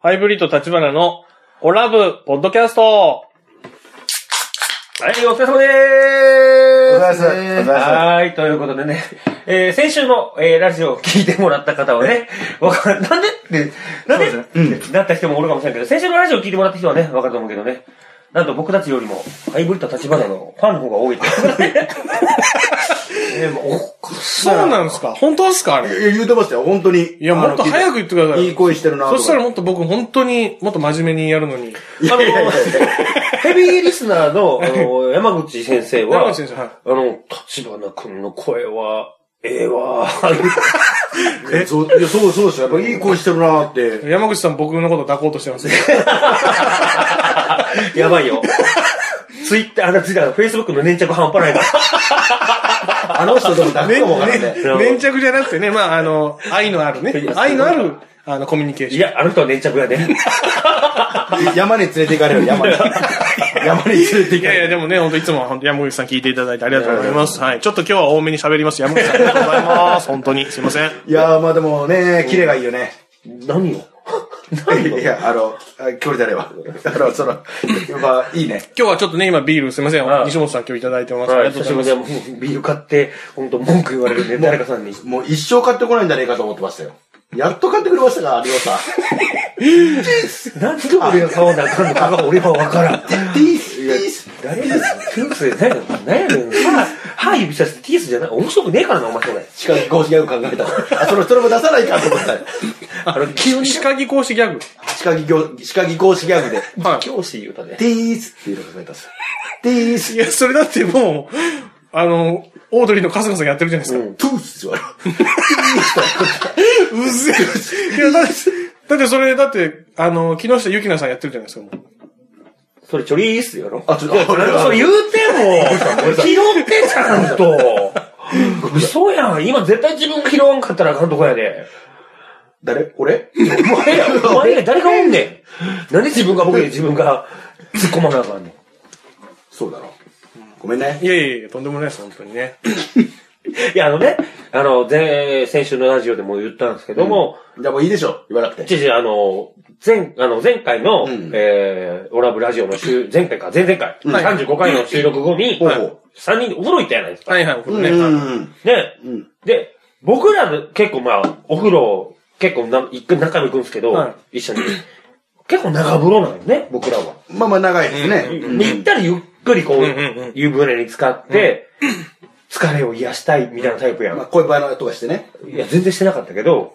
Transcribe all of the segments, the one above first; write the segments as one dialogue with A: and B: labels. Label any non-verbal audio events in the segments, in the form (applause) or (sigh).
A: ハイブリッド立花のオラブポッドキャストはい、お疲れ様で
B: お疲
A: ー
B: れ様ですすお疲れ様です
A: はーい、ということでね、えー、先週の、えー、ラジオを聞いてもらった方はね、わかん、なんでって、なんで
B: そうですね
A: なった人もおるかもしれないけど、先週のラジオを聞いてもらった人はね、わかると思うけどね、なんと僕たちよりも、ハイブリッド立花のファンの方が
B: (laughs)
A: 多いって。ねもう
C: そうなんですか本当ですかあれ。
B: いや、言うてましたよ、本当に。い
C: いや、もっと早く言ってください。
B: いい声してるなと
C: そ
B: か。
C: したらもっと僕、本当に、もっと真面目にやるのに。
A: あの、ヘビーリスナーの、あの、山口先生は、
C: 山口先生はい
A: あの、立花君の声は、ええわ。
B: えそういや、そうそうですよ。やっぱいい声してるなーって。
C: 山口さん僕のこと抱こうとしてます。
A: (laughs) やばいよ。ツイッター、あの、ツイッター、フェイスブックの粘着半端ないから。
B: あの人でもダメかもわからんね。
A: やばい
C: 粘着じゃなくてね、まあ、あの、愛のあるね。愛のある、あの、コミュニケーシ
A: い
C: ョン。
A: や、あの人は粘着やね。
B: 山に連れて行かれ
C: (laughs)
B: る、山に。山に連れて行
C: い
B: か
C: やい
B: れる。
C: や、でもね、本当いつも本当山口さん聞いていただいてありがとうございます。はい。ちょっと今日は多めに喋ります。山口さんありがとうございます。本当に。すいません。
B: いやー、まあでもね、キレがいいよね。
A: 何よ。
B: いや、あの、あ距離であれば。あの、その、やっぱいいね。
C: 今日はちょっとね、今ビールすいません
A: ああ。
C: 西本さん今日いただいてます。あり
A: はい、
C: がとう
A: 久
C: ご
A: し
C: ざい
A: ぶ
C: ま。
A: りですもうビール買って、本当文句言われるね、誰かさんに。
B: もう一生買ってこないんじゃねえかと思ってましたよ。やっと買ってくれましたから、有吉さん。
A: なんで俺が買わなあかんのかが俺はわからん。
B: ティース、ティース。
A: 誰がティースじゃないの何やねん。歯、歯指さしてティースじゃない。面白くねえからな、お前それ。
B: しかも、公式ギャグ考えた。あ、その、それも出さないかと思ったよ。
A: あの、急に
C: 歯科技講師ギャグ。
B: 歯科技業、歯科技講師ギャグで。
C: はい。
A: 教師言うたね。
B: ティースっていうの考えたんですよ。ティース
C: い。や、それだってもう、あの、オードリーの春日さんやってるじゃないですか。
B: トゥースって言われる。
C: うぜえ。いや、だって、だってそれ、だって、あの、木下ゆきなさんやってるじゃないですか、も
A: それちょりーっすよろ。
B: あちょっと
A: いやなんかそれ言うても、拾ってちゃんと。 (laughs) 嘘やん。今絶対自分が拾わんかったらあかんとこやで。
B: 誰俺
A: お前や、お前や、誰がおんねん。なんで自分が僕 (laughs) で自分が突っ込まなあかんねん。
B: そうだろ。ごめんね
C: う。。いやいやいや、とんでもないです、本当にね。
A: いや、あのね、 (laughs) あの、前、先週のラジオでも言ったんですけども、
B: じゃあもういいでしょ。言わなくて。
A: 知事、あの、前、あの、前回の、
B: ん
A: えー、オラブラジオの週、前回か、前々回、
B: うん
A: 35回の収録後に、
B: ほうほう
A: 3人で驚いたやないですか。
C: はいはい、こ
B: う
C: れね。はい
B: ん。
A: ね、
B: うん
A: で、僕らの結構まあ、お風呂、結構な、一回中に行くんですけど、
C: は
A: 一緒に。結構長風呂なのね、僕らは。
B: まあまあ長いですね。うん
A: で行ったらゆっくりこう、
C: うんうんうん
A: 湯船に浸かって、疲れを癒したいみたいなタイプやん。
B: まあ恋バナとかしてね。
A: いや、全然してなかったけど、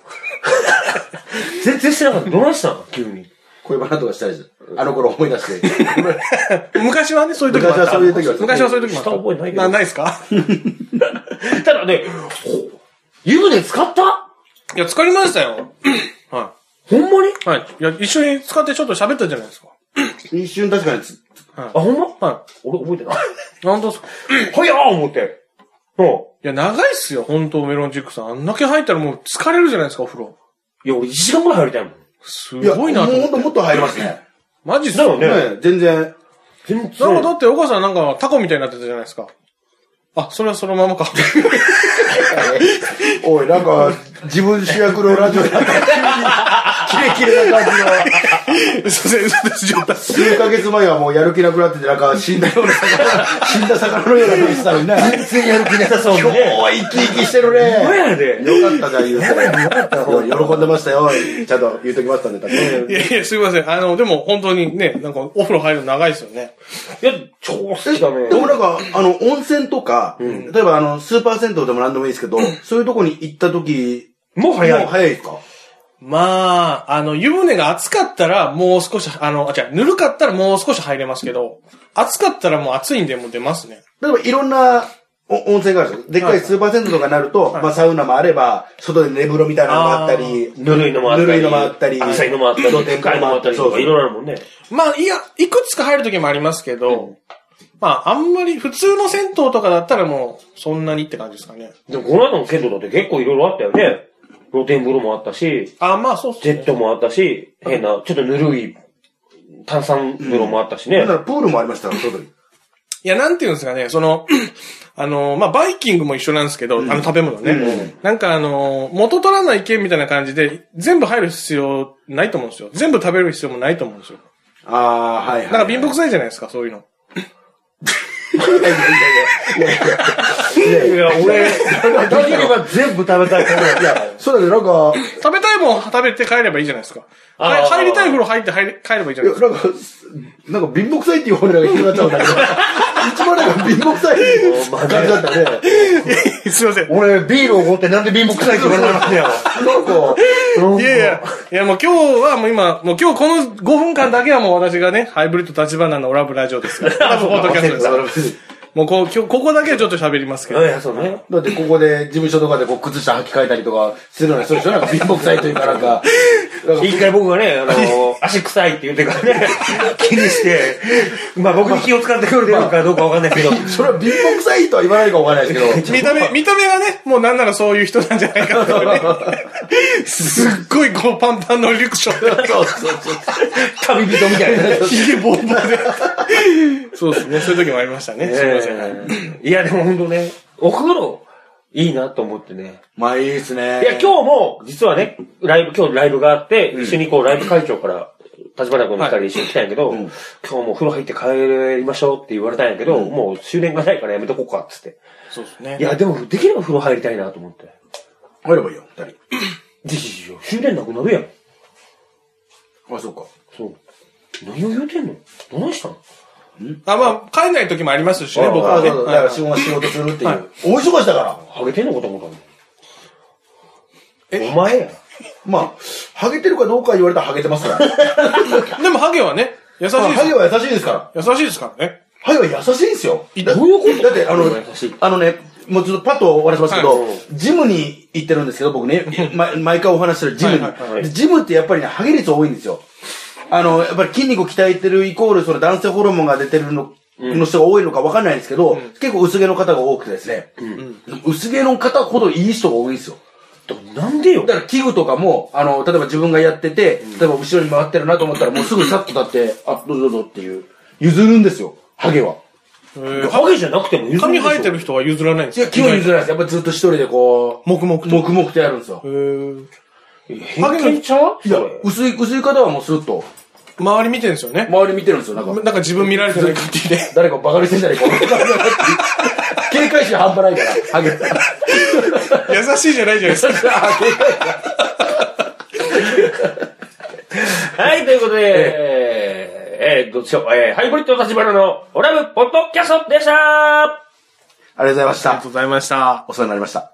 A: (laughs) 全然してなかった。どないしたの急に。
B: 恋バナとかしたりして。あの頃思い出 (laughs) して。
C: 昔はね、そういう時もあった。
B: 昔はそ
C: 昔はそう
B: ういう時もあった
C: いう時もあった。
A: 下覚えないけど
C: な、ないですか
A: ただね、湯船使った
C: いや、疲れましたよ。 (clears throat) は
A: ほんまに
C: い。はい。いや、一緒に使ってちょっと喋ったじゃないですか。
B: 一瞬確かにつ、
A: あ、ほんま
C: は
A: 俺覚えてない。 (laughs)
C: い。なんとすか
A: はやー思って。う
C: いや、長いっすよ、本当メロンチックさん。あんだけ入ったらもう疲れるじゃないですか、お風呂。
A: ん。いや、俺1時間ぐらい入りたいもん。
C: す
B: いや、
C: ごいなと
B: もう
C: 思っ
B: ほ
C: て。
B: んともっと入りますね。
C: マジっす
A: だよ
C: よ。
A: ね。
B: ね全然。
A: 全然。
C: なんかだって、お母さんなんかタコみたいになってたじゃないですか。あ、それはそのま (laughs) まか。
B: おい、なんか、自分主役のラジオになった急にキレキレな感じの。
C: 嘘です、嘘です、冗談です
B: 数ヶ月前はもうやる気なくなってて、なんか死んだような魚、死んだ魚のような声してたのにね。全然やる気な
A: さそうにね
B: 今日は生き生きしてるね。
A: ほんまやで。
B: よかったじゃん、言うて。喜んでましたよ。ちゃんと言うときましたんで、多分
C: いやいや、すいません。あの、でも本当にね、なんかお風呂入るの長いですよね。
A: いや、超好きだね
B: で。もなんか、あの、温泉とか、例えばあの、スーパー銭湯でも何でもいいですけど、そういうとこに行ったとき、
A: もう早
B: もう
A: い。
B: 早いですか
C: まあ、あの、湯船が熱かったらもう少し、あの、あ、違う、ぬるかったらもう少し入れますけど、熱かったらもう熱いんでもう出ますね。
B: 例えばいろんなお温泉があるんですよ。でっかいスーパー銭湯とかになると、まあサウナもあれば、外で寝風呂みたいなのがあったり、
A: ぬるいのもあったり。
B: ぬるいのもあったり
A: 浅いのもあったり。
B: 露天風呂
A: 深いのもあったり
B: そ
A: と
B: う
A: か、
B: そう
A: いろいろあるもんね。
C: まあ、いや、いくつか入る時もありますけど、まあ、あんまり普通の銭湯とかだったらもう、そんなにって感じですかね。
A: でも、この間の銭湯だって結構いろいろあったよね。露天風呂もあったし、
C: あ、まあ、そうっす
A: ジ
C: ね。
A: ェットもあったし、変な、ちょっとぬるい炭酸風呂もあったしね。
B: だからプールもありましたよ、外に。
C: いや、なんていうんですかね、その、 (clears throat) あの、まあ、バイキングも一緒なんですけど、あの食べ物ね。なんかあの、元取らない件みたいな感じで、全部入る必要ないと思うんですよ。全部食べる必要もないと思うんですよ。
B: ああ、はいはい。
C: なんか貧乏くさいじゃないですか、そういうの。
A: いや、
B: (laughs)
A: 俺、できれば全部食べたいから。いや、
B: そうだね、なんか、
C: 食べたいもん食べて帰ればいいじゃないですか。
A: あ
C: はい
A: ー
C: 入りたい風呂入って入れ帰ればいいじゃ
B: い
C: な
B: や
C: い (laughs)
B: な
C: で
B: んか、なんか貧乏くさいっていう俺らが広がっちゃうんだけど、一番なんか貧乏くさい感じだったね。
C: すか。すいません。
A: 俺、ビールおごってなんで貧乏くさいって言われたんだよ。
B: なんか、
C: いやいや、いやもう今日はもう今、もう今日この5分間だけはもう私がね、ハイブリッド立花のオラブラジオです (laughs) から。ポッドキャストですから。もうこう今日ここだけはちょっと喋りますけど。
A: いや、そうね。
B: だってここで事務所とかでこう靴下履き替えたりとかするのに、そうでしょなんか貧乏くさいというかなんか、なんか
A: 一回僕がね、
B: (laughs)
A: あの、足臭いって言ってからね、気にして、まあ僕に気を使ってくれてるかどうかわかん
B: (laughs)
A: ないけど、
B: それは貧乏くさいとは言わないかわからないですけど、 (laughs)
C: 見た目、見た目がね、もうなんならそういう人なんじゃないかとかね。すっごいこうパンパンのリュクションで、
B: そうそうそう。
A: 旅人みたいなね。
C: ひげボンボンで。そうですね、そういう時もありました
A: (laughs)
C: ね。すいません。
A: いや、でも本当ね、お風呂、いいなと思ってね。
B: まあいいですね。
A: いや、今日も、実はね、ライブ、今日ライブがあって、一緒にこう、ライブ会長から、立花君の二人一緒に来たんやけど、今日もう風呂入って帰りましょうって言われたんやけど、もう終電がないからやめとこうか、つって。
C: そうですね
A: い。や、でも、できれば風呂入りたいなと思って。
B: 入ればいいよ、二人。
A: でいや終電なくなるやん。
B: あ、そうか。
A: そう。何を言うてんのどないしたの
C: あ、まあ、帰んない時もありますしね、僕
B: あ
C: は
B: そう
C: ね。
B: そう。だ
C: は
B: か
C: い
B: ら仕事仕事するっていう。大忙しだから。
A: ハゲてんのかと思ったの。お前や。
B: まあ、ハゲてるかどうか言われたらハゲてますから。ま
C: でもハゲはね、優しい
B: あ
C: です
B: ハゲは優しいですから。
C: 優しいですからね。
B: ハゲは優しいんですよ。
A: どういうこと
B: だって、あの
A: 優しい、
B: あのね、もうちょっとパッとお話しますけど、
A: はい
B: ジムに行ってるんですけど、僕ね、ま毎回お話ししてるジムに、
C: はい
A: はいはい
B: でジムってやっぱりね、ハゲ率多いんですよ。あの、やっぱり筋肉を鍛えてるイコール、その男性ホルモンが出てるの、の人が多いのかわかんないんですけど、結構薄毛の方が多くてですね、薄毛の方ほどいい人が多いんですよ。
A: どなんでよ。
B: だから器具とかも、あの、例えば自分がやってて、例えば後ろに回ってるなと思ったら、もうすぐさっと立 (laughs) って、あ、どうぞどうぞっていう、譲るんですよ、ハゲは。
C: えー
A: ハゲじゃなくても譲る
C: 髪
A: でしょ
C: 生えてる人は譲らないんです
B: いや、基本譲らないです。やっぱずっと一人でこう、
C: 黙々と
B: 黙々とやるんですよ
C: え。ー
A: 偏見ちゃう
B: いや
A: それ、
B: 薄い、薄い方はもうスッと、
C: 周り見てるんですよね。
B: 周り見てるんですよ。なん
C: なん
B: か、
C: か自分見られてない感じ (laughs) で。
B: 誰かバカにしてんじゃねえか。 (laughs) 警戒心半端ないから、 (laughs) ハゲ。
C: 優しいじゃないじゃないですか。
A: はい、ということで、えーえーどうでしょう、えーハイブリッド立花のオラブポッドキャストでした
B: ありがとうございまし
C: ありが
B: た
C: と。うございました。
B: お世話になりました。